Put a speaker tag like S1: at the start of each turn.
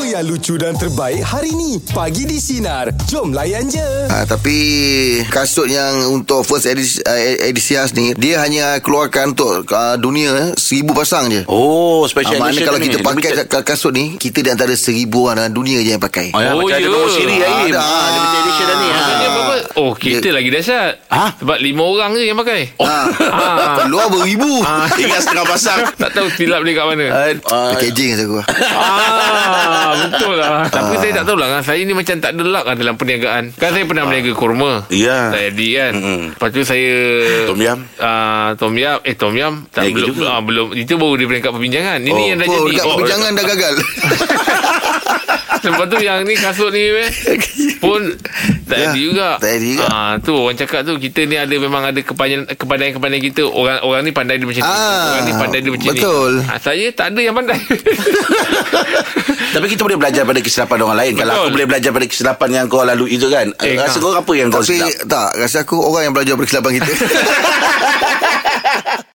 S1: yang lucu dan terbaik hari ni. Pagi di Sinar. Jom layan je.
S2: Ha, tapi kasut yang untuk first edisi, uh, edisi khas ni dia hanya keluarkan untuk uh, dunia eh, seribu pasang je.
S3: Oh,
S2: Ha,
S3: special ha,
S2: maknanya
S3: edition
S2: kalau
S3: ni.
S2: kita pakai
S3: Limited.
S2: ka- kasut ni Kita di antara seribu orang dalam dunia je yang pakai
S3: Oh, ya,
S4: Oh,
S3: macam ada
S4: ya.
S3: nombor siri
S2: Ah,
S3: Aim.
S2: dah.
S3: Ha, limited edition dah ni. Ha.
S4: Maksudnya berapa? Oh, kita
S2: Dia-
S4: lagi dahsyat.
S3: Ha? Ah.
S4: Sebab lima orang je yang pakai. Oh.
S2: ha. Keluar beribu ha.
S3: Ingat setengah pasang. Ah,
S4: Tak tahu silap dia kat mana.
S3: ya.
S2: Packaging rasa aku
S4: ah, betul lah. Tapi saya tak tahu lah. kan. Saya ni macam tak ada luck lah dalam perniagaan. Kan saya pernah berniaga kurma.
S3: Ah. Ya.
S4: Tak jadi kan.
S3: Mm-mm.
S4: Lepas tu saya...
S3: Tom Yam.
S4: Ah, tom yam. Eh, tom yam. Tak,
S3: Lagi
S4: belum,
S3: juga.
S4: ah, belum. Itu baru di peringkat perbincangan. Ini
S3: Oh,
S4: yang dah
S2: Oh
S4: jadi.
S2: dekat perbincangan dah gagal
S4: Lepas tu yang ni kasut ni weh, pun tak
S2: Ya,
S4: ada juga.
S2: tak jadi juga.
S4: Ah tu orang cakap tu kita ni ada memang ada kepandaian kepandaian kita. Orang orang ni pandai dia macam ni.
S2: Ah,
S4: Orang ni pandai dia macam ni.
S2: betul.
S4: Ah, saya tak ada yang pandai.
S3: Tapi kita boleh belajar pada kesilapan orang lain. Kalau
S4: Betul.
S3: aku boleh belajar pada kesilapan yang kau lalui itu kan.
S4: Eh,
S3: rasa
S4: kan.
S3: kau apa yang kau
S2: Tapi
S3: silap?
S2: tak Rasa aku orang yang belajar berkelapan kita